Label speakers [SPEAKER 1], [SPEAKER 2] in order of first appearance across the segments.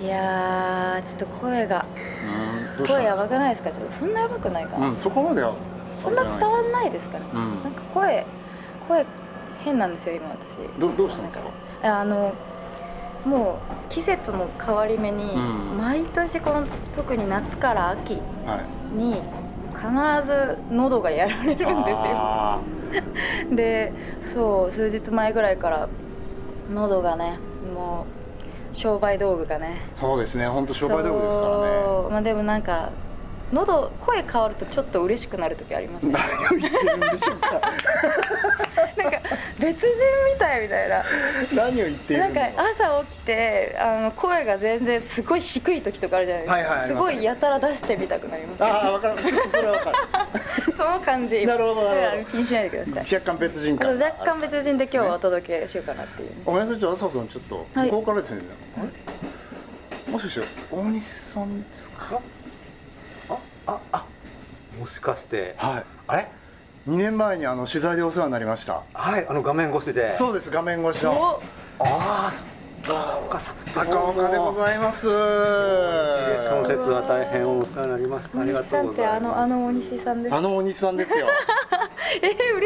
[SPEAKER 1] いやーちょっと声が
[SPEAKER 2] うんどうした
[SPEAKER 1] 声やばくないですかちょっとそんなやばくないかな、
[SPEAKER 2] うんそこまでは
[SPEAKER 1] そんな伝わんないですから、
[SPEAKER 2] う
[SPEAKER 1] なん
[SPEAKER 2] ん
[SPEAKER 1] か声声変なんですよ今私
[SPEAKER 2] どどうしたんですか
[SPEAKER 1] なんいやあのもう季節の変わり目に、
[SPEAKER 2] うん
[SPEAKER 1] 毎年この特に夏から秋
[SPEAKER 2] はい
[SPEAKER 1] に必ず喉がやられるんですよ
[SPEAKER 2] あ
[SPEAKER 1] でそう数日前ぐらいから喉がねもう商売道具がね
[SPEAKER 2] ーそうですね本当商売道具ですからね
[SPEAKER 1] そうまあでもなんか喉声変わるとちょっと嬉しくなる時ありますね
[SPEAKER 2] 何を言ってるんでしょう か
[SPEAKER 1] なんか別人みたいみたいな
[SPEAKER 2] 何を言っている
[SPEAKER 1] なん
[SPEAKER 2] の
[SPEAKER 1] か朝起きてあの声が全然すごい低い時とかあるじゃないですか、
[SPEAKER 2] はいはいあり
[SPEAKER 1] す
[SPEAKER 2] ます
[SPEAKER 1] ごいやたら出してみたくなります
[SPEAKER 2] ああ分かるちょっとそれは分かる
[SPEAKER 1] その感じ
[SPEAKER 2] なるほどなるほど
[SPEAKER 1] うん気にしないでください
[SPEAKER 2] 若干別人
[SPEAKER 1] あ
[SPEAKER 2] 感
[SPEAKER 1] と若干別人で今日はお
[SPEAKER 2] ね
[SPEAKER 1] 届けしようかなっていう
[SPEAKER 2] ごめんなさいちょっと朝さんちょっと
[SPEAKER 1] は
[SPEAKER 2] 向
[SPEAKER 1] い
[SPEAKER 2] こうからですね、あれもしかして大西さんですか
[SPEAKER 3] あああもしかして
[SPEAKER 2] はい
[SPEAKER 3] あれ
[SPEAKER 2] 2年前にあの取材でお世話になりました
[SPEAKER 3] はいあの画面越しで
[SPEAKER 2] そうです画面越しの
[SPEAKER 3] ああ高岡さん
[SPEAKER 2] 高岡でご
[SPEAKER 3] い
[SPEAKER 2] ざいます
[SPEAKER 3] その節は大変お世話になりました
[SPEAKER 1] 大
[SPEAKER 3] ありが
[SPEAKER 1] 西
[SPEAKER 3] と
[SPEAKER 1] さ
[SPEAKER 3] う
[SPEAKER 1] っ
[SPEAKER 3] んご
[SPEAKER 1] て
[SPEAKER 3] ざ
[SPEAKER 1] あ
[SPEAKER 3] います
[SPEAKER 1] のあの大西さんです
[SPEAKER 2] あの大西さんですよ
[SPEAKER 1] えー、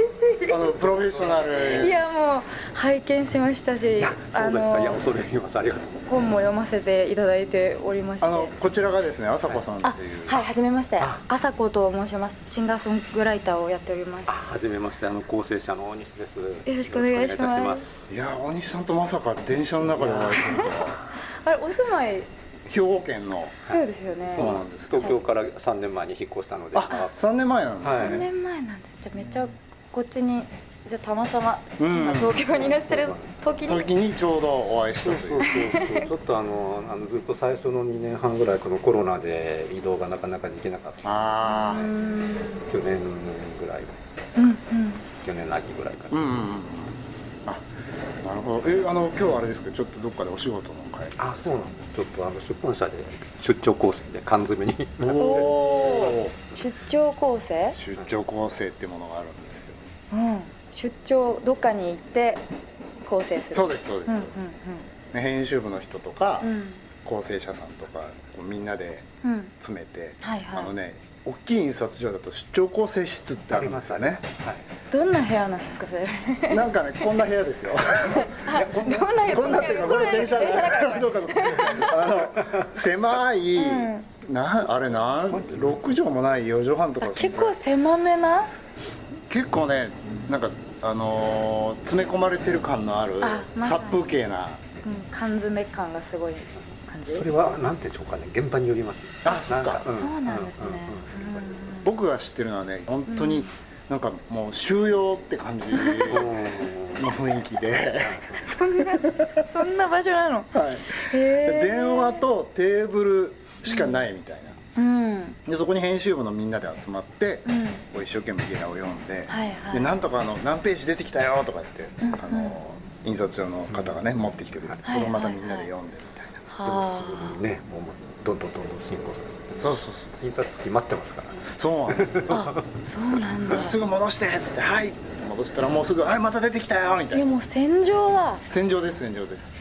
[SPEAKER 1] 嬉し
[SPEAKER 2] あのプロフェッショナ
[SPEAKER 1] い
[SPEAKER 2] ル
[SPEAKER 1] いやもう拝見しましたし
[SPEAKER 3] いやそうですかいや恐れ入りますありがとうござい
[SPEAKER 1] 本も読ませていただいておりまして
[SPEAKER 2] あのこちらがですね朝子さんっていう、
[SPEAKER 1] はい、はじめまして
[SPEAKER 3] あ。
[SPEAKER 1] 朝子と申します。シンガーソングライターをやっております
[SPEAKER 3] ますあ。はじめましてあの構成者の大西ですよ
[SPEAKER 1] ろしくお願いします
[SPEAKER 3] ろくお願いいた
[SPEAKER 2] いや大西さんとまさか電車の中でお会いするとは
[SPEAKER 1] あれ、お住まい。
[SPEAKER 2] 兵庫県の
[SPEAKER 1] そうですよね。
[SPEAKER 3] そうなんです東京から3年前に引っ越したので
[SPEAKER 2] あ3年前なんですね、
[SPEAKER 3] はい
[SPEAKER 1] 3年前なんです。じゃ、めっちゃ、こっちに。じゃ、たまたま。
[SPEAKER 2] うん
[SPEAKER 1] 今東京にいらっしゃる時に。
[SPEAKER 2] 時にちょうどお会いした
[SPEAKER 3] そう
[SPEAKER 2] と
[SPEAKER 3] そ
[SPEAKER 2] いう
[SPEAKER 3] うそうそうちょっとあのあのずっと最初の2年半ぐらいこのコロナで移動がなかなかできなかった
[SPEAKER 1] う
[SPEAKER 2] あ
[SPEAKER 1] ーん
[SPEAKER 3] 去年ぐらい
[SPEAKER 1] うん、うん。
[SPEAKER 3] 去年の秋ぐらいか
[SPEAKER 2] あう
[SPEAKER 3] ら、
[SPEAKER 2] んうんうんあなるほどえあの今日はあれですけどちょっとどっかでお仕事の会
[SPEAKER 3] あそうなんですちょっとあの出版社で出張コースで缶詰に
[SPEAKER 2] お
[SPEAKER 1] おー出張構成。
[SPEAKER 2] 出張構成ってものがあるんですよ
[SPEAKER 1] うん。出張、どっかに行って。構成する。
[SPEAKER 2] そう
[SPEAKER 1] で
[SPEAKER 2] ですそうです
[SPEAKER 1] うん、う
[SPEAKER 2] そ
[SPEAKER 1] ん
[SPEAKER 2] うです、ね編集部の人とか、
[SPEAKER 1] うん、うん。
[SPEAKER 2] 構成者さんとかこうみんなで
[SPEAKER 1] うん。
[SPEAKER 2] 詰めて、
[SPEAKER 1] はい、はい。
[SPEAKER 2] あのね大きい印刷所だと出張構成室ってあるんですよね
[SPEAKER 3] はい
[SPEAKER 1] どんな部屋なんですか、それ。
[SPEAKER 2] なんかねこんな部屋 ですよ
[SPEAKER 1] どんな
[SPEAKER 2] こんなっていうかこれ電車
[SPEAKER 1] 電車だから
[SPEAKER 2] どうかどうかあの狭い、
[SPEAKER 1] うん
[SPEAKER 2] なんあれなん6畳もない4畳半と
[SPEAKER 1] あ
[SPEAKER 2] か
[SPEAKER 1] 結構狭めな
[SPEAKER 2] 結構ねなんかあのー詰め込まれてる感のある
[SPEAKER 1] あまさに
[SPEAKER 2] 殺風景な
[SPEAKER 1] うん缶詰感がすごい感じ
[SPEAKER 3] それはなんていうんでしょうかね現場によります
[SPEAKER 2] あそっか
[SPEAKER 1] そ
[SPEAKER 3] う
[SPEAKER 1] うなんですね
[SPEAKER 3] うんうんうん現場によります
[SPEAKER 2] 僕が知ってるのはね本当
[SPEAKER 1] う
[SPEAKER 2] に
[SPEAKER 1] ん
[SPEAKER 2] なんかもう収容って感じの
[SPEAKER 3] うん
[SPEAKER 2] 雰囲気で、
[SPEAKER 1] そんなそんな場所なの
[SPEAKER 2] はい、
[SPEAKER 1] へえ
[SPEAKER 2] 電話とテーブルしかないみたいな、
[SPEAKER 1] うんうん
[SPEAKER 2] でそこに編集部のみんなで集まって、こう一生懸命ゲラを読んで,、
[SPEAKER 1] はいはい
[SPEAKER 2] でなんとかあの何ページ出てきたよとかって、
[SPEAKER 1] うん
[SPEAKER 2] あの印刷所の方がね、持ってきてくれて、
[SPEAKER 1] はい
[SPEAKER 2] それをまたみんなで読んでみたいな、
[SPEAKER 3] でも
[SPEAKER 1] は
[SPEAKER 3] すねもうどんどんどんどん進行させて
[SPEAKER 2] そうそうそう
[SPEAKER 3] 印刷機待ってますから
[SPEAKER 2] そうなんですよ
[SPEAKER 1] ああそうなんだ
[SPEAKER 2] すぐ戻してっつって「はい」戻したらもうすぐ「はいまた出てきたよ」みた
[SPEAKER 1] いや
[SPEAKER 2] いな
[SPEAKER 1] もう戦場だ
[SPEAKER 2] 戦場です戦場です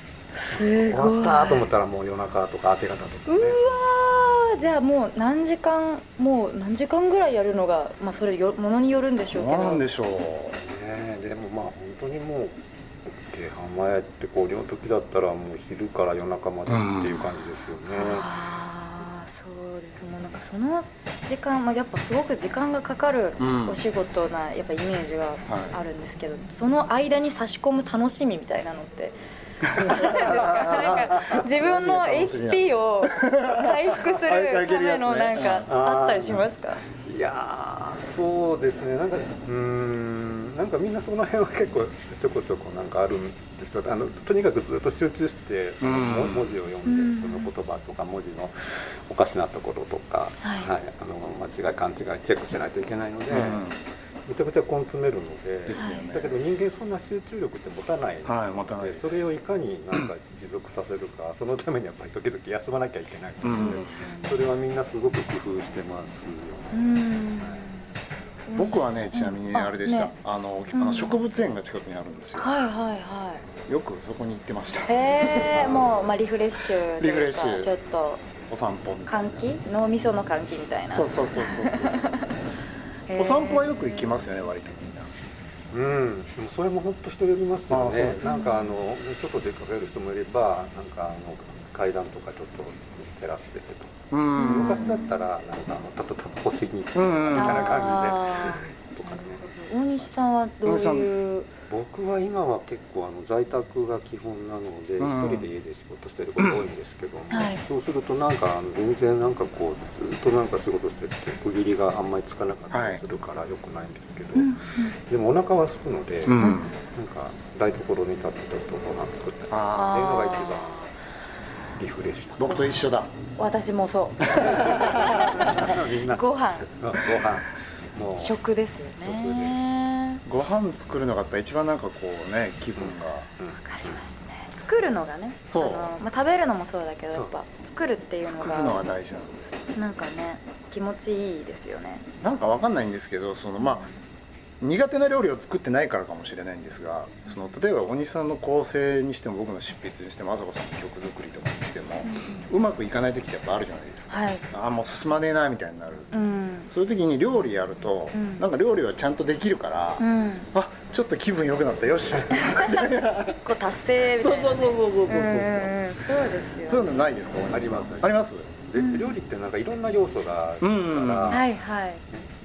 [SPEAKER 1] す
[SPEAKER 3] 終
[SPEAKER 1] ごい
[SPEAKER 3] わったと思ったらもう夜中とか明け方とか
[SPEAKER 1] う
[SPEAKER 3] ね
[SPEAKER 1] わーじゃあもう何時間もう何時間ぐらいやるのがまあそれよものによるんでし
[SPEAKER 2] ど
[SPEAKER 1] ょ
[SPEAKER 2] う
[SPEAKER 1] うけ
[SPEAKER 2] なん
[SPEAKER 1] ど
[SPEAKER 2] でしょう
[SPEAKER 3] ねえでもまあ本当にもう京阪前ってこう量時だったらもう昼から夜中までっていう感じですよね、
[SPEAKER 1] ああそうですもうなんかその時間、まあ、やっぱすごく時間がかかる
[SPEAKER 2] うん
[SPEAKER 1] お仕事なやっぱイメージが
[SPEAKER 2] はい
[SPEAKER 1] あるんですけど、その間に差し込む楽しみみたいなのってな んか自分の HP を回復するためのなん かあったりしますか
[SPEAKER 3] いやーそうですねなんかうーんなんかみんなその辺は結構ちょこちょこなんかあるんですよあのとにかくずっと集中してその
[SPEAKER 2] うん
[SPEAKER 3] 文文字を読
[SPEAKER 1] うん
[SPEAKER 3] んでその言葉とか文字のおかしなところとか、
[SPEAKER 1] はい
[SPEAKER 3] あの間違い勘違いチェックしないといけないので、
[SPEAKER 2] う
[SPEAKER 3] めちゃくちゃ根詰めるので
[SPEAKER 2] んですよね
[SPEAKER 3] だけど人間そんな集中力って持たないので
[SPEAKER 2] はい持たないです
[SPEAKER 3] それをいかになんか持続させるか、そのためにやっぱり時々休まなきゃいけないので、
[SPEAKER 2] うん
[SPEAKER 1] そうですよ
[SPEAKER 3] そ
[SPEAKER 1] ね
[SPEAKER 3] れはみんなすごく工夫してますよ
[SPEAKER 1] うん
[SPEAKER 2] 僕はねちなみにあれでした、
[SPEAKER 1] うん
[SPEAKER 2] あのあ
[SPEAKER 1] う
[SPEAKER 2] の
[SPEAKER 1] ん
[SPEAKER 2] 植物園が近くにあるんですよ、
[SPEAKER 1] はいはいは
[SPEAKER 2] よくそこに行ってました
[SPEAKER 1] い。へえ、もうまあリフレッシュというか
[SPEAKER 2] リフレッシュ
[SPEAKER 1] ちょっと
[SPEAKER 2] お散歩みたい
[SPEAKER 1] 換
[SPEAKER 2] な
[SPEAKER 1] 気、脳みその換気みたいな。
[SPEAKER 2] そうそうそうそうそう
[SPEAKER 1] へー
[SPEAKER 2] お散歩はよく行きますよね割とみんな
[SPEAKER 3] うん、でもそれも本当人寄ります
[SPEAKER 2] あ
[SPEAKER 3] よ
[SPEAKER 2] あそう
[SPEAKER 3] ね
[SPEAKER 2] です。
[SPEAKER 3] なんかあの外出かける人もいれば、なんかあの階段とかちょっと照らしててとか、
[SPEAKER 2] うん
[SPEAKER 3] 昔だったらなんかあのたとタバコ吸いに行く
[SPEAKER 2] うん
[SPEAKER 3] みたいな感
[SPEAKER 1] あ
[SPEAKER 3] じでとかね。
[SPEAKER 1] ー大西さんはどういう。
[SPEAKER 3] 僕は今は結構あの在宅が基本なので、
[SPEAKER 2] うん
[SPEAKER 3] 一人で家で仕事してること多いんですけども、
[SPEAKER 1] はい
[SPEAKER 3] そうするとなんかあの全然なんかこうずっとなんか仕事してて区切りがあんまりつかなかったりするから良くないんですけど、
[SPEAKER 1] うん
[SPEAKER 3] でもお腹は空くので。
[SPEAKER 2] うん
[SPEAKER 3] なんか台所に立ってちょっとご飯作ったりっていうの
[SPEAKER 2] ああ
[SPEAKER 3] が一番リフレッシュ
[SPEAKER 2] 僕と一緒だ
[SPEAKER 1] 私もそ
[SPEAKER 3] みんな
[SPEAKER 1] う。ご飯、
[SPEAKER 3] ご飯もう
[SPEAKER 1] 食です
[SPEAKER 3] 食
[SPEAKER 1] よ
[SPEAKER 3] で
[SPEAKER 1] ね。
[SPEAKER 2] ご飯作るのがやっぱ一番なんかこうね気分が、
[SPEAKER 1] わかりますね。作るのがね、
[SPEAKER 2] そう
[SPEAKER 1] あのまあ食べるのもそうだけど、や
[SPEAKER 3] そう
[SPEAKER 1] っぱ作るっていうの
[SPEAKER 2] 作るのが
[SPEAKER 1] が
[SPEAKER 2] 大事なんですよ
[SPEAKER 1] なんかね気持ちいいですよね。
[SPEAKER 2] なんかわかんないんですけどそのまあ苦手な料理を作ってないからかもしれないんですがその例えば大西さんの構成にしても僕の執筆にしてもあさこさんの曲作りとかにしてもうまくいかない時ってやっぱあるじゃないですか、
[SPEAKER 1] はい。
[SPEAKER 2] ああもう進まねえなみたいになる
[SPEAKER 1] うん。
[SPEAKER 2] そういう時に料理やると、
[SPEAKER 1] うん
[SPEAKER 2] なんか料理はちゃんとできるから、
[SPEAKER 1] うん。
[SPEAKER 2] あちょっと気分良くなった よしそう
[SPEAKER 1] 一個達成み
[SPEAKER 2] そう
[SPEAKER 1] たいな。
[SPEAKER 2] そうそうそうそうそ
[SPEAKER 1] うんう
[SPEAKER 2] う
[SPEAKER 1] んうんそうです
[SPEAKER 2] そうい
[SPEAKER 1] よ
[SPEAKER 2] うのないですか大西さん
[SPEAKER 3] あります
[SPEAKER 2] あります
[SPEAKER 3] で料理ってなんかいろんな要素があるから、
[SPEAKER 2] うん
[SPEAKER 1] はいはい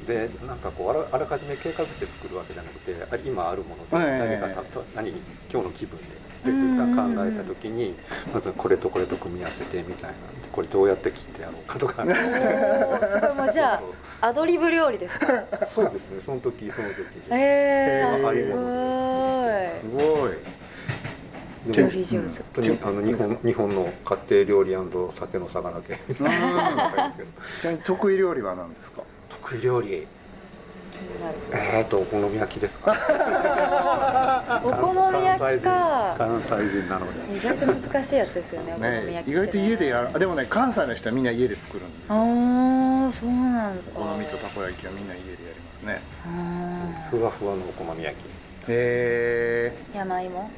[SPEAKER 3] でなんかこうあらあらかじめ計画して作るわけじゃなくてあ今あるもので
[SPEAKER 2] はい
[SPEAKER 3] 何かたと何今日の気分でで考えた時にまずこれとこれと組み合わせてみたいなこれどうやって切ってやろうかとか
[SPEAKER 1] おーすごいもうじゃ
[SPEAKER 3] そう
[SPEAKER 1] あアドリブ料理ですか
[SPEAKER 3] そうそうですねその時その時
[SPEAKER 1] え
[SPEAKER 3] で
[SPEAKER 1] え
[SPEAKER 2] えー
[SPEAKER 1] ー、あ
[SPEAKER 2] す
[SPEAKER 1] す
[SPEAKER 2] ごい
[SPEAKER 1] ごい
[SPEAKER 3] で
[SPEAKER 1] 料
[SPEAKER 3] も
[SPEAKER 1] 理上手
[SPEAKER 3] 本当にあの日本日本の家庭料理酒の魚系みたいな感じですけど
[SPEAKER 2] ちなみに得意料理は何ですか
[SPEAKER 3] 得意料理
[SPEAKER 1] 気になる
[SPEAKER 3] えーとお好み焼きですか
[SPEAKER 1] お好み焼きか
[SPEAKER 3] 関西人関西人なので
[SPEAKER 1] 意外と難しいやつですよねお好み
[SPEAKER 2] ね
[SPEAKER 1] 焼きってね
[SPEAKER 2] 意外と家でやるあでもね関西の人はみんな家で作るんです
[SPEAKER 1] あ
[SPEAKER 2] よ
[SPEAKER 1] ーそうなんだ
[SPEAKER 2] お好みとたこ焼きはみんな家でやりますね
[SPEAKER 1] うん
[SPEAKER 3] ふわふわのお好み焼き
[SPEAKER 2] へ
[SPEAKER 1] 山芋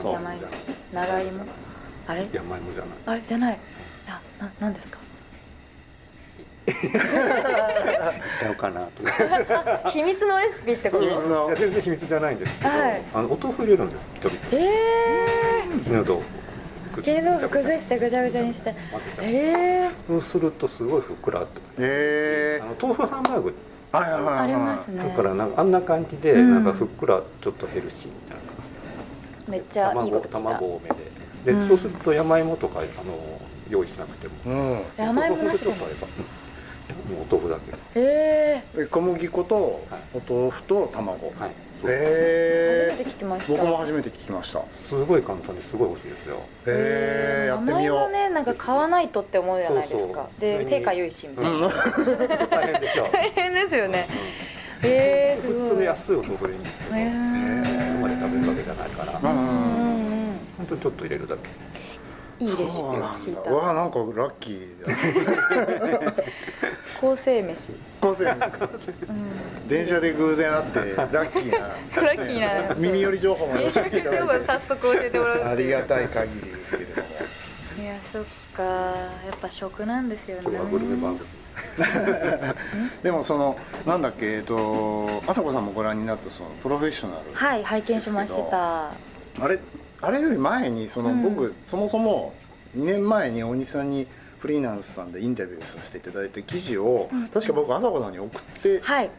[SPEAKER 1] そう
[SPEAKER 3] 山芋じゃない
[SPEAKER 1] 長芋あれ
[SPEAKER 3] 山芋じゃない
[SPEAKER 1] あれじゃないあななんですか
[SPEAKER 3] 行っちゃうかなと
[SPEAKER 1] 秘密のレシピってこと
[SPEAKER 2] 秘密の
[SPEAKER 3] いや全然秘密じゃないんですけど、
[SPEAKER 1] はい
[SPEAKER 3] あのお豆腐入れるんです人々
[SPEAKER 1] ええ
[SPEAKER 3] 絹豆腐
[SPEAKER 1] ー、豆腐崩してぐちゃぐちゃにして
[SPEAKER 3] 混ぜちゃう、
[SPEAKER 1] ええ
[SPEAKER 3] そうするとすごいふっくらっと
[SPEAKER 2] えへえ
[SPEAKER 3] あの豆腐ハンバーグ
[SPEAKER 2] はいはいはいはい
[SPEAKER 1] ありますね
[SPEAKER 3] だからなんかあんな感じで
[SPEAKER 1] うん
[SPEAKER 3] なんかふっくらちょっとヘルシーみたいな感じ、
[SPEAKER 1] めっちゃいいこと聞いた
[SPEAKER 3] 卵多めでで、
[SPEAKER 1] うん
[SPEAKER 3] そうすると山芋とかあの用意しなくても
[SPEAKER 2] うん
[SPEAKER 1] 山芋なしでも
[SPEAKER 3] お豆腐とかあればうんもうお豆腐だけで
[SPEAKER 1] え
[SPEAKER 2] え小麦粉と
[SPEAKER 3] はい
[SPEAKER 2] お豆腐と卵
[SPEAKER 3] はいそう
[SPEAKER 1] えー、初
[SPEAKER 2] へ
[SPEAKER 1] め
[SPEAKER 2] え
[SPEAKER 1] て聞きました
[SPEAKER 2] 僕も初めて聞きましたへ
[SPEAKER 3] すごい簡単ですごい美味しいですよ
[SPEAKER 2] えやって
[SPEAKER 1] 名
[SPEAKER 2] みよ
[SPEAKER 1] 前はねなんか買わないとって思うじゃないですか
[SPEAKER 3] そうそう
[SPEAKER 1] で
[SPEAKER 3] それ
[SPEAKER 1] 定
[SPEAKER 3] に
[SPEAKER 1] 価優心み
[SPEAKER 2] う
[SPEAKER 1] たいな、
[SPEAKER 2] うん
[SPEAKER 3] 大変でしょう
[SPEAKER 1] 大変ですよね、
[SPEAKER 3] うん
[SPEAKER 1] ええー、すごい
[SPEAKER 3] 普通の安いお豆腐でいいんですけど、
[SPEAKER 1] えー
[SPEAKER 3] 生まで食べるわけじゃないから、
[SPEAKER 2] う
[SPEAKER 1] うんんうんうん
[SPEAKER 3] 本当にちょっと入れるだけ
[SPEAKER 1] いいレシピを
[SPEAKER 2] そうなん
[SPEAKER 1] 聞い
[SPEAKER 2] だ
[SPEAKER 1] た
[SPEAKER 2] うわなんかラッキ ーだ
[SPEAKER 1] 構成飯、
[SPEAKER 2] 高専
[SPEAKER 1] うん、
[SPEAKER 2] 電車で偶然会ってラッキーな
[SPEAKER 1] ラッキーな
[SPEAKER 2] 耳寄り情報も教えていただいて
[SPEAKER 1] 早速教えてもらう
[SPEAKER 2] ありがたい限りですけれども
[SPEAKER 1] いやそっかやっぱ食なんですよね
[SPEAKER 3] 今日はグルメ番組
[SPEAKER 2] でもそのなんだっけえっとあさこさんもご覧になったそのプロフェッショナル、
[SPEAKER 1] はい拝見しました
[SPEAKER 2] あれあれより前にその、
[SPEAKER 1] うん
[SPEAKER 2] 僕そもそも2年前に大西さんにフリーランスさんでインタビューさせていただいて記事を、
[SPEAKER 1] うん
[SPEAKER 2] 確か僕あさこさんに送って
[SPEAKER 1] はい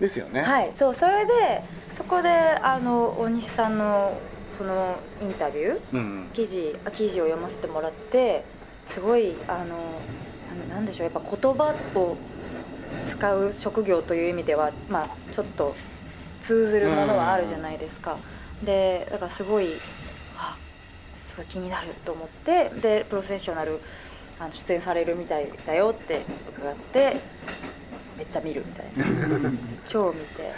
[SPEAKER 2] ですよね、
[SPEAKER 1] はい、そうそれでそこであの大西さんのそのインタビュー
[SPEAKER 2] うん
[SPEAKER 1] 記事あ記事を読ませてもらってすごいあのななんでしょうやっぱ言葉を使う職業という意味では、まあ、ちょっと通ずるものはあるじゃないですか。でだからすごいあすごい気になると思ってでプロフェッショナルあの出演されるみたいだよって伺ってめっちゃ見るみたいな超見て、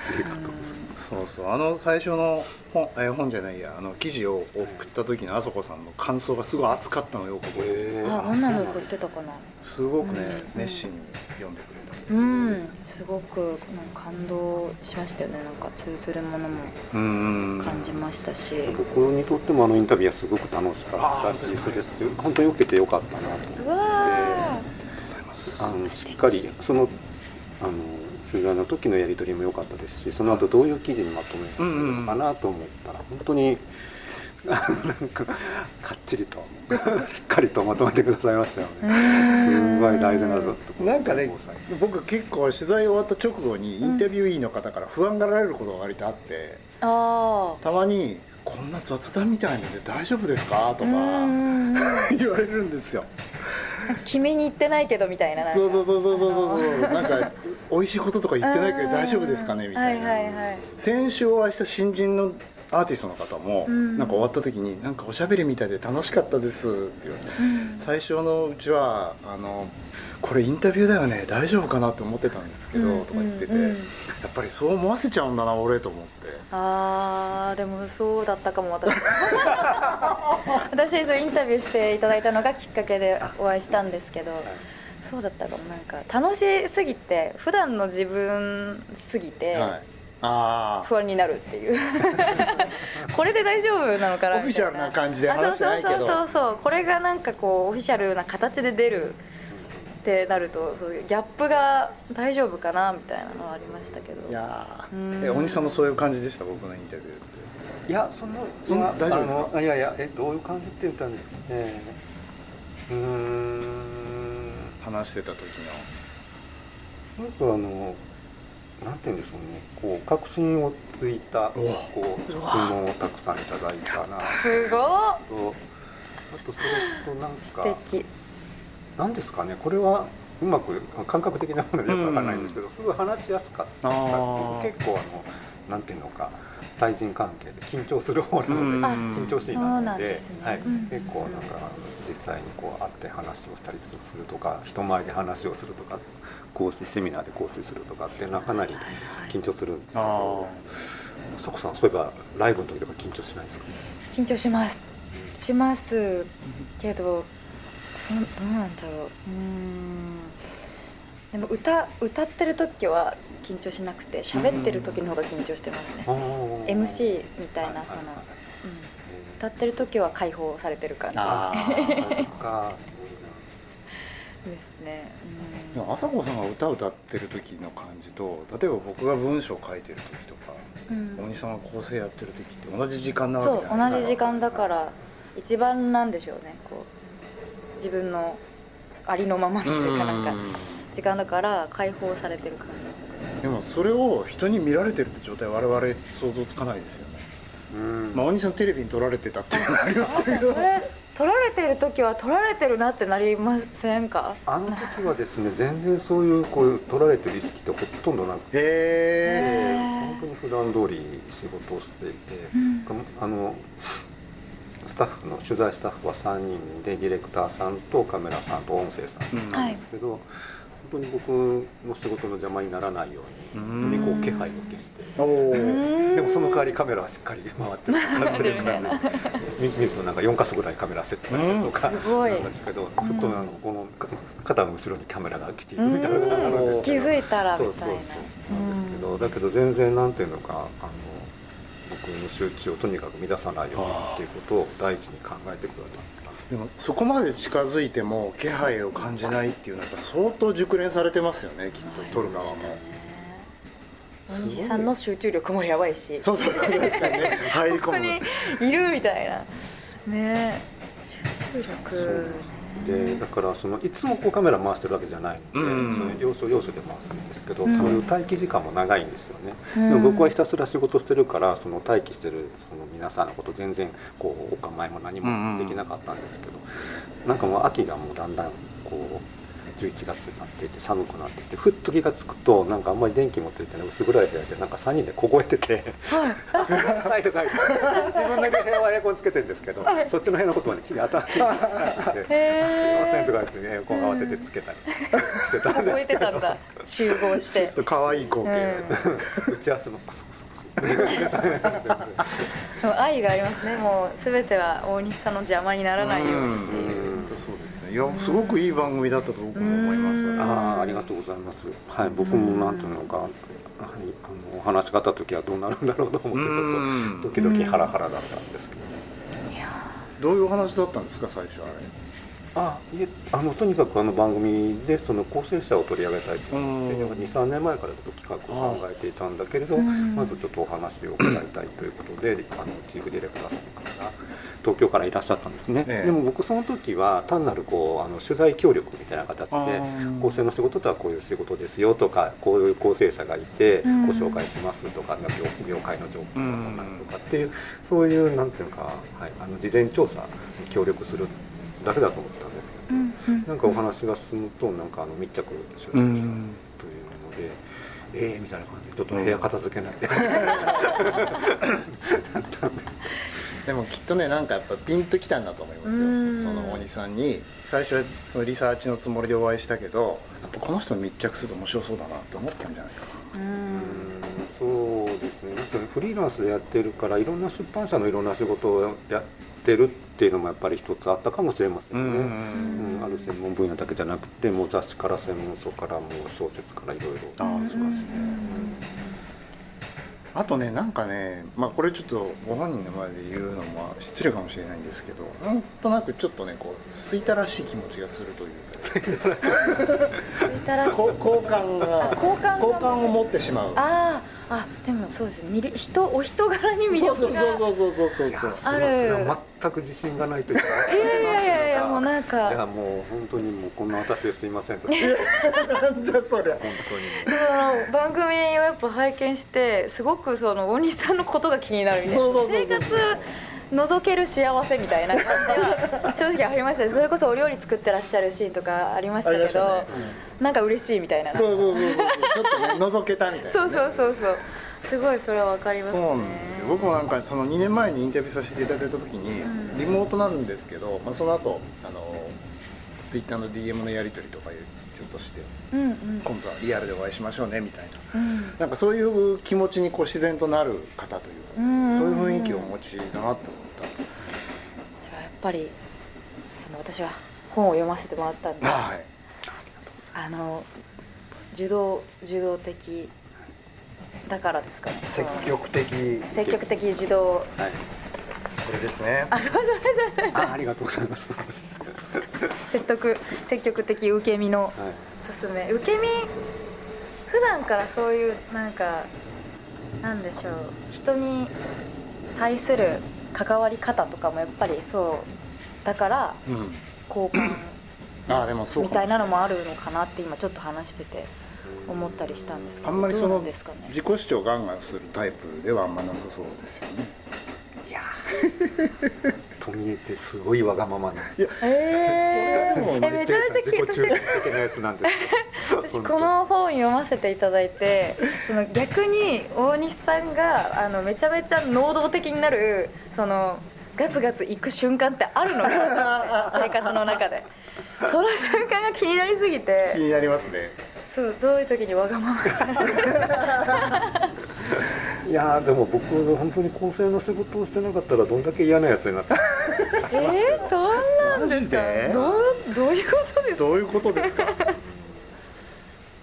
[SPEAKER 2] そうそうあの最初の本,、えー本じゃないやあの記事を送った時のあそこさんの感想がすごい熱かったのよく覚えてるんです
[SPEAKER 1] う
[SPEAKER 2] よ
[SPEAKER 1] ん、あどんなの送ってたかな
[SPEAKER 2] すごくね、
[SPEAKER 1] うん
[SPEAKER 2] 熱心に読んでくれたみたい
[SPEAKER 1] うんすごくなんか感動しましたよねなんか通ずるものも
[SPEAKER 2] うん
[SPEAKER 1] 感じましたし、
[SPEAKER 3] 僕にとってもあのインタビューはすごく楽しかった
[SPEAKER 2] あー
[SPEAKER 3] し
[SPEAKER 2] そう
[SPEAKER 3] それ
[SPEAKER 2] です
[SPEAKER 3] 本当に受けてよかったなと
[SPEAKER 1] うわ
[SPEAKER 2] ありがとうございます
[SPEAKER 3] あのしっかりそのあの取材の時のやり取りも良かったですしその後どういう記事にまとめるのかなと思ったら本当に あのなんかかっちりと しっかりとまとめてくださいましたよね。すごい大事なぞと
[SPEAKER 2] なんかね僕結構取材終わった直後にインタビューイーの方から不安がられることが割とあって、
[SPEAKER 1] あ
[SPEAKER 2] たまに「こんな雑談みたいので大丈夫ですか?」
[SPEAKER 1] あ
[SPEAKER 2] とか
[SPEAKER 1] うん
[SPEAKER 2] 言われるんですよ
[SPEAKER 1] 決めに行ってないけどみたいななんか
[SPEAKER 2] そうそうそうそうそうそうそうなんか美味しいこととか言ってないけど大丈夫ですかねみたいな、
[SPEAKER 1] はいはいはい
[SPEAKER 2] 先週お会いした新人のアーティストの方も、
[SPEAKER 1] うん
[SPEAKER 2] なんか終わった時に「なんかおしゃべりみたいで楽しかったです」って言われて
[SPEAKER 1] うん
[SPEAKER 2] 最初のうちはあの「これインタビューだよね大丈夫かな?」って思ってたんですけど、
[SPEAKER 1] うん
[SPEAKER 2] とか言ってて、
[SPEAKER 1] うんうん
[SPEAKER 2] やっぱりそう思わせちゃうんだな俺と思って
[SPEAKER 1] あーでもそうだったかも私 私そうインタビューしていただいたのがきっかけでお会いしたんですけどそうだったかもなんか楽しすぎて普段の自分すぎて
[SPEAKER 2] はいああ
[SPEAKER 1] 不安になるって いうこれで大丈夫なのかな
[SPEAKER 2] オフィシャルな感じで
[SPEAKER 1] あそう
[SPEAKER 2] 話してないけ
[SPEAKER 1] そうそう
[SPEAKER 2] ど
[SPEAKER 1] そうそうこれがなんかこうオフィシャルな形で出るってなるとそういうギャップが大丈夫かなみたいなのはありましたけど
[SPEAKER 2] いや
[SPEAKER 1] うん
[SPEAKER 2] ーえ大西さんもそういう感じでした僕のインタビューって
[SPEAKER 3] いやそんな
[SPEAKER 2] そんな大丈夫ですか
[SPEAKER 3] あのあいやいやえどういう感じって言ったんですかね。うーん
[SPEAKER 2] 話してた時の
[SPEAKER 3] なんかあのなんて言うんでしょうねこう確信をついた
[SPEAKER 2] うわ
[SPEAKER 3] こう質問をたくさんいただいたな。
[SPEAKER 1] すごっ
[SPEAKER 3] とあとそれとなんか
[SPEAKER 1] 素敵
[SPEAKER 3] なんですかねこれはうまく感覚的なものでよくわからないんですけど、すごい話しやすかった
[SPEAKER 2] あ
[SPEAKER 3] 結
[SPEAKER 2] ー
[SPEAKER 3] 構あのなんていうのか対人関係で緊張する方な
[SPEAKER 2] う
[SPEAKER 3] の
[SPEAKER 2] ん
[SPEAKER 3] で、
[SPEAKER 1] あ
[SPEAKER 3] 緊張しい
[SPEAKER 1] そう
[SPEAKER 3] な
[SPEAKER 1] な
[SPEAKER 3] の
[SPEAKER 1] ん
[SPEAKER 3] で
[SPEAKER 1] ですね
[SPEAKER 3] はい
[SPEAKER 1] うん
[SPEAKER 3] 結構なんかあの実際にこう会って話をしたりするとか人前で話をするとか講師セミナーで講師するとかってなかなり緊張するんですけ
[SPEAKER 2] あ
[SPEAKER 3] ど佐子さんそういえばライブの時とか緊張しないですか
[SPEAKER 1] 緊張しますしますけどどうどうなんだろううーんでも歌歌ってる時は緊張しなくて喋ってる時の方が緊張してますね、
[SPEAKER 3] あー
[SPEAKER 1] MC みたいな
[SPEAKER 3] は
[SPEAKER 1] そ
[SPEAKER 3] は
[SPEAKER 1] の、
[SPEAKER 3] は
[SPEAKER 1] うん、
[SPEAKER 3] えー
[SPEAKER 1] 歌ってる時は解放されてる感じ
[SPEAKER 2] あー
[SPEAKER 3] かすごい
[SPEAKER 1] ですね
[SPEAKER 2] でも朝子さんが歌歌ってる時の感じと例えば僕が文章書いてる時とか
[SPEAKER 1] うん、う
[SPEAKER 2] 大
[SPEAKER 1] ん
[SPEAKER 2] 西さんが構成やってる時って同じ時間な
[SPEAKER 1] そ
[SPEAKER 2] わ
[SPEAKER 1] う
[SPEAKER 2] けじゃない
[SPEAKER 1] 同じ時間だから一番なんでしょうねこう自分のありのままというかなんか時間だから解放されてる感じ
[SPEAKER 2] うんでもそれを人に見られてるって状態我々想像つかないですよね、
[SPEAKER 3] なうん
[SPEAKER 2] まあ、大西さんテレビに撮られてたっていうのはありますけ
[SPEAKER 1] それ取られてる時は取られてるなってなりませんか
[SPEAKER 3] あの時はですね全然そういうこういう取られてる意識ってほとんどなくて
[SPEAKER 2] へ
[SPEAKER 1] へ
[SPEAKER 2] え
[SPEAKER 1] ー
[SPEAKER 3] 本当に普段通り仕事をしていて、
[SPEAKER 1] ん
[SPEAKER 3] あのスタッフの取材スタッフは3人でディレクターさんとカメラさんと音声さん
[SPEAKER 2] うん
[SPEAKER 1] は
[SPEAKER 3] ないんですけど、本当に僕の仕事の邪魔にならないように本当にこ
[SPEAKER 1] うん
[SPEAKER 3] う気配を消して。
[SPEAKER 2] おお
[SPEAKER 3] でもその代わりカメラはしっかり回ってる回ってるからね 見見るとなんか4箇所ぐらいカメラ設置されてるとか
[SPEAKER 1] うんすごい
[SPEAKER 3] なん ですけどふっとなんかこのか肩の後ろにカメラが来ているみたいなことがあるんです
[SPEAKER 1] 気
[SPEAKER 3] けど
[SPEAKER 1] づいたらみ
[SPEAKER 3] そうそ
[SPEAKER 1] た
[SPEAKER 3] う
[SPEAKER 1] いな
[SPEAKER 3] そうなんですけどだけど全然なんていうのかあの僕の集中をとにかく乱さないようにっていうことを大事に考えてくださっ
[SPEAKER 2] で
[SPEAKER 3] た
[SPEAKER 2] もそこまで近づいても気配を感じないっていうのはやっぱ相当熟練されてますよねきっと撮る側も
[SPEAKER 1] 大西さんの集中力もやばいし
[SPEAKER 2] そうそうそう確かにね入り
[SPEAKER 1] ここ
[SPEAKER 2] 込む
[SPEAKER 1] にいるみたいなねえ集中
[SPEAKER 3] そう
[SPEAKER 1] 力
[SPEAKER 3] でだからそのいつもこうカメラ回してるわけじゃないので、
[SPEAKER 2] うん
[SPEAKER 3] その要所要所で回すんですけど、
[SPEAKER 1] うん
[SPEAKER 3] そういう待機時間も長いんですよね、
[SPEAKER 1] うん
[SPEAKER 3] でも僕はひたすら仕事してるからその待機してるその皆さんのこと全然こうお構いも何もできなかったんですけど、なんかもう秋がもうだんだんこう11月になっていて寒くなってきてふっと気が付くとなんかあんまり電気もついてない薄暗い部屋でなんか3人で凍えてて「ごめんなさい」とか言って 自分だけ部屋はエアコンつけてるんですけどそっちの部屋のことまで日々当たってきて
[SPEAKER 1] へ
[SPEAKER 3] 「
[SPEAKER 1] ー
[SPEAKER 3] すいません」とか言ってねエアコン慌ててつけたりして たん
[SPEAKER 1] 覚
[SPEAKER 3] で
[SPEAKER 1] え
[SPEAKER 3] すけ
[SPEAKER 1] てた
[SPEAKER 3] ど
[SPEAKER 1] んだ集合して
[SPEAKER 2] と可愛い光景
[SPEAKER 1] うん、で
[SPEAKER 3] 打ち合わせもコソコソコソって。
[SPEAKER 1] も愛がありますねもう全ては大西さんの邪魔にならないようにっていう、
[SPEAKER 2] うんそうですねいやすごくいい番組だったと僕も思いますね
[SPEAKER 3] ああ、ありがとうございます。はい、僕もなんていうのか、はい、あのお話し方時はどうなるんだろうと思って、ちょっとドキドキハラハラだったんですけど。
[SPEAKER 2] どういうお話だったんですか最初あれ
[SPEAKER 3] あ、いえ、あのとにかくあの番組でその構成者を取り上げたいと思って、
[SPEAKER 2] うん
[SPEAKER 3] なんか二三年前からちょっと企画を考えていたんだけれど、
[SPEAKER 1] うん
[SPEAKER 3] まずちょっとお話を伺いたいということで、あのチーフディレクターさんから東京からいらっしゃったんですね。
[SPEAKER 2] ええ
[SPEAKER 3] でも僕その時は単なるこうあの取材協力みたいな形で。構成の仕事とはこういう仕事ですよとかこういう構成者がいてご
[SPEAKER 1] うん
[SPEAKER 3] 紹介しますとか、業業界の情報
[SPEAKER 2] う
[SPEAKER 3] と
[SPEAKER 2] ん
[SPEAKER 3] かとかっていうそういうなんていうか、はい、あの事前調査に協力するだけだと思ってたんですけど、なんかお話が進むとなんかあの密着取材したというので。えー、みたいな感じでちょっと部屋片付けないで、
[SPEAKER 2] でもきっとねなんかやっぱピンときたんだと思いますよ
[SPEAKER 1] うん
[SPEAKER 2] その大西さんに最初はそのリサーチのつもりでお会いしたけどやっぱこの人に密着すると面白そうだなって思ったんじゃないか
[SPEAKER 1] う
[SPEAKER 3] うんんそうですね、まあ、そのフリーランスでやってるからいろんな出版社のいろんな仕事をやってるっていうのもやっぱり一つあったかもしれませ
[SPEAKER 2] な、
[SPEAKER 3] んね。
[SPEAKER 1] ん
[SPEAKER 3] うん、ある専門分野だけじゃなくてもう雑誌から専門書からもう小説からいろい
[SPEAKER 2] あ
[SPEAKER 3] ろ
[SPEAKER 2] ーそうかそうかあとねなんかねまあこれちょっとご本人の前で言うのも失礼かもしれないんですけどなんとなくちょっとねこうすいたらしい気持ちがするというか
[SPEAKER 1] うんたらしい
[SPEAKER 2] こ好感が
[SPEAKER 1] 好感が
[SPEAKER 2] 好感を持ってしまう
[SPEAKER 1] あーあでもそうですみり人お人柄に魅力が
[SPEAKER 2] そうそうそうそうそうそう
[SPEAKER 3] いや
[SPEAKER 2] そう
[SPEAKER 3] それはそれは全く自信がないというか
[SPEAKER 1] いやいやいやいやもうなん
[SPEAKER 3] いや
[SPEAKER 1] か
[SPEAKER 3] もう本当にもうこんな私ですいませんと本
[SPEAKER 2] なんだそりゃ
[SPEAKER 3] 当に
[SPEAKER 1] でもあの番組をやっぱ拝見してすごくその大西さんのことが気になるみたいな
[SPEAKER 2] そうそうそう
[SPEAKER 1] 生
[SPEAKER 2] そう
[SPEAKER 1] 活覗ける幸せみたいな感じは正直ありましたねそれこそお料理作ってらっしゃるシーンとかありましたけ
[SPEAKER 2] ありました
[SPEAKER 1] ど
[SPEAKER 2] ね
[SPEAKER 1] なんか嬉しいみたいな
[SPEAKER 2] そ
[SPEAKER 1] そ
[SPEAKER 2] うそうそうそうちょっとね覗けたみたいなね、
[SPEAKER 1] うそうそうそうすごいそれはわかりますね
[SPEAKER 2] そうなんですよ僕もなんかその2年前にインタビューさせていただいた時に、
[SPEAKER 1] うん
[SPEAKER 2] リモートなんですけど、まあ、その後あのツイッターの DM のやり取りとかいうちょっとして
[SPEAKER 1] うんうん
[SPEAKER 2] 今度はリアルでお会いしましょうねみたいな
[SPEAKER 1] うん
[SPEAKER 2] なんかそういう気持ちにこう自然となる方というか、
[SPEAKER 1] うんうんうん
[SPEAKER 2] そういう雰囲気をお持ちだなと思っ
[SPEAKER 1] それはやっぱりその私は本を読ませてもらったんで
[SPEAKER 2] た、はい
[SPEAKER 1] あの受動受動的だからですかね
[SPEAKER 2] 積極的こ
[SPEAKER 1] 積極的受動
[SPEAKER 3] はい
[SPEAKER 2] れですね
[SPEAKER 1] あそうそうそうそう
[SPEAKER 3] あありがとうございます、は
[SPEAKER 1] 説得積極的受け身の
[SPEAKER 3] い、
[SPEAKER 1] 勧め受け身普段からそういうなんかなんでしょう人に対する関わり方とかもやっぱりそうだから
[SPEAKER 2] うん
[SPEAKER 1] 交 換
[SPEAKER 2] ああでもそう
[SPEAKER 1] み
[SPEAKER 2] かも
[SPEAKER 1] たいなのもあるのかなって今ちょっと話してて思ったりしたんですけど
[SPEAKER 2] あんまりそ
[SPEAKER 1] どう
[SPEAKER 2] の
[SPEAKER 1] なんですかね
[SPEAKER 2] 自己主張ガンガンするタイプではあんまなさそうですよね
[SPEAKER 3] いやーと見えてすごいわがままな
[SPEAKER 1] ええ
[SPEAKER 2] それはでも
[SPEAKER 1] えめちゃめちゃ聞い
[SPEAKER 3] 自己中心的なやつなんですけど
[SPEAKER 1] 私この本読ませていただいてその逆に大西さんがあのめちゃめちゃ能動的になるそのガツガツ行く瞬間ってあるのかなと思って生活の中でその瞬間が気になりすぎ
[SPEAKER 2] 気
[SPEAKER 1] て
[SPEAKER 2] になりますね
[SPEAKER 1] そうどういう時にわがまま
[SPEAKER 3] いやーでも僕本当に構成の仕事をしてなかったらどんだけ嫌なやつになって
[SPEAKER 1] え ー、そんなんですか
[SPEAKER 2] マジで
[SPEAKER 1] どうどういうことですか
[SPEAKER 2] どういうことですか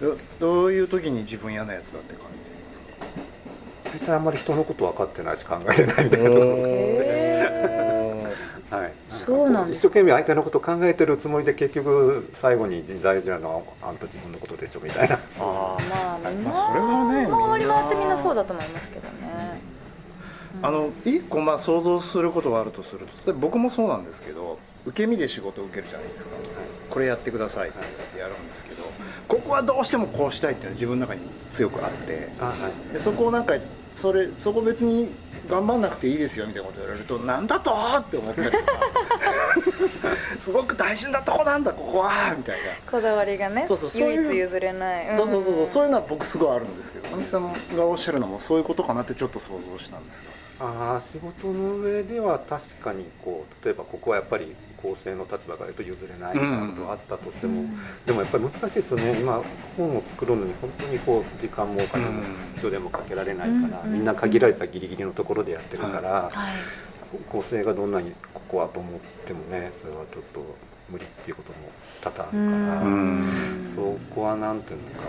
[SPEAKER 2] どどういう時に自分嫌なやつだって感じます か
[SPEAKER 3] 大体あんまり人のこと分かってないし考えてないみたいな、
[SPEAKER 1] え
[SPEAKER 3] はい、
[SPEAKER 1] そうなんで
[SPEAKER 3] 一
[SPEAKER 1] す
[SPEAKER 3] 生懸命相手のこと考えてるつもりで結局最後に大事なのはあんた自分のことでしょみたい な
[SPEAKER 2] あー
[SPEAKER 1] まあみんな、
[SPEAKER 2] まあそれはねみんな
[SPEAKER 1] 周り回ってみんなそうだと思いますけどね、
[SPEAKER 2] あの一個まあ想像することがあるとすると例えば僕もそうなんですけど受け身で仕事を受けるじゃないですか、これやってくださいって言われてやるんですけど、ここはどうしてもこうしたいっていうのは自分の中に強くあって
[SPEAKER 3] あはい
[SPEAKER 2] でそこをなんかそれそこ別に頑張んなくていいですよみたいなこと言われるとなんだとって思ったりとか すごく大事なとこなんだここはみたいな
[SPEAKER 1] こだわりがね
[SPEAKER 2] そうそうそういう
[SPEAKER 1] 唯一譲れない、ん
[SPEAKER 2] そうそうそうそうそういうのは僕すごいあるんですけど大西さんがおっしゃるのもそういうことかなってちょっと想像したんです
[SPEAKER 3] ああ仕事の上では確かにこう例えばここはやっぱり公正の立場から言うと譲れないなとあったとしても、でもやっぱり難しいですよね今本を作るのに本当にこう時間もお金も人でもかけられないから、
[SPEAKER 1] うんうん
[SPEAKER 3] みんな限られたギリギリのところでやってるから、
[SPEAKER 1] はい
[SPEAKER 3] 構成がどんなにここはと思ってもねそれはちょっと無理っていうことも多々あるから、
[SPEAKER 1] う
[SPEAKER 2] うん
[SPEAKER 3] そこはなんていうのか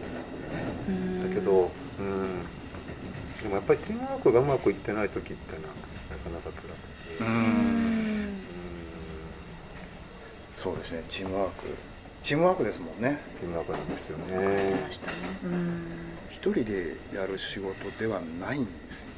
[SPEAKER 3] なんですかねだけどうんでもやっぱりチームワークがうまくいってない時ってのはなかなか辛くて
[SPEAKER 2] けどう
[SPEAKER 1] うんん
[SPEAKER 2] そうですねチームワークチームワークですもんね
[SPEAKER 3] チームワークなんですよ
[SPEAKER 1] 言って
[SPEAKER 3] ね
[SPEAKER 1] ましたねうん
[SPEAKER 2] 一人でやる仕事ではないんですよ